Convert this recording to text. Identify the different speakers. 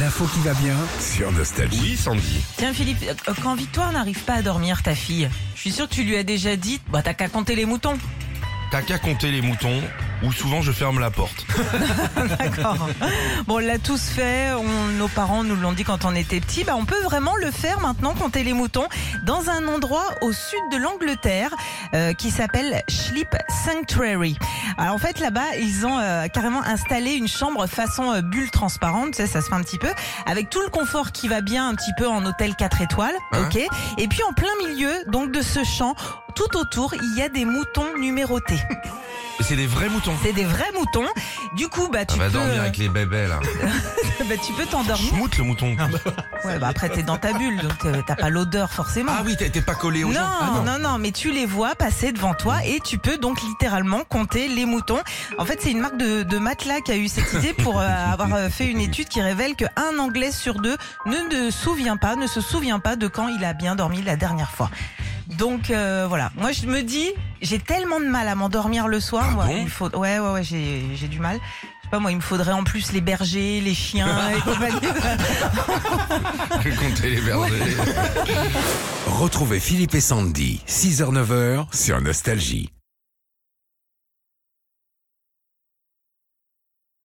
Speaker 1: L'info qui va bien
Speaker 2: Sur Nostalgie.
Speaker 3: Oui, Sandy.
Speaker 4: Tiens Philippe, euh, quand Victoire n'arrive pas à dormir ta fille, je suis sûre que tu lui as déjà dit, bah t'as qu'à compter les moutons.
Speaker 3: T'as qu'à compter les moutons, ou souvent je ferme la porte.
Speaker 4: D'accord. bon, on l'a tous fait, on- nos parents nous l'ont dit quand on était petits, bah on peut vraiment le faire maintenant, compter les moutons, dans un endroit au sud de l'Angleterre euh, qui s'appelle Sleep Sanctuary. Alors, en fait là-bas, ils ont euh, carrément installé une chambre façon euh, bulle transparente, tu sais, ça se fait un petit peu, avec tout le confort qui va bien un petit peu en hôtel 4 étoiles,
Speaker 3: Hein
Speaker 4: ok Et puis en plein milieu, donc de ce champ, tout autour, il y a des moutons numérotés.
Speaker 3: Et c'est des vrais moutons.
Speaker 4: C'est des vrais moutons. Du coup, bah, tu
Speaker 3: Ça Ah, va
Speaker 4: peux,
Speaker 3: dormir avec les bébés, là.
Speaker 4: bah, tu peux t'endormir.
Speaker 3: Schmout, le mouton.
Speaker 4: Ouais, bah, après, t'es dans ta bulle, donc euh, t'as pas l'odeur forcément.
Speaker 3: Ah oui, t'es t'es pas collé aux
Speaker 4: non,
Speaker 3: gens. Ah
Speaker 4: non, non, mais tu les vois passer devant toi et tu peux donc littéralement compter les moutons. En fait, c'est une marque de, de matelas qui a eu cette idée pour euh, avoir euh, fait une étude qui révèle qu'un Anglais sur deux ne, ne souvient pas, ne se souvient pas de quand il a bien dormi la dernière fois. Donc euh, voilà, moi je me dis, j'ai tellement de mal à m'endormir le soir.
Speaker 3: Ah
Speaker 4: moi,
Speaker 3: bon
Speaker 4: il me faut, ouais, ouais, ouais, j'ai j'ai du mal. Je sais pas, moi, il me faudrait en plus les bergers, les chiens et compagnie.
Speaker 3: Compter les bergers.
Speaker 2: Retrouvez Philippe et Sandy, 6h-9h, sur Nostalgie.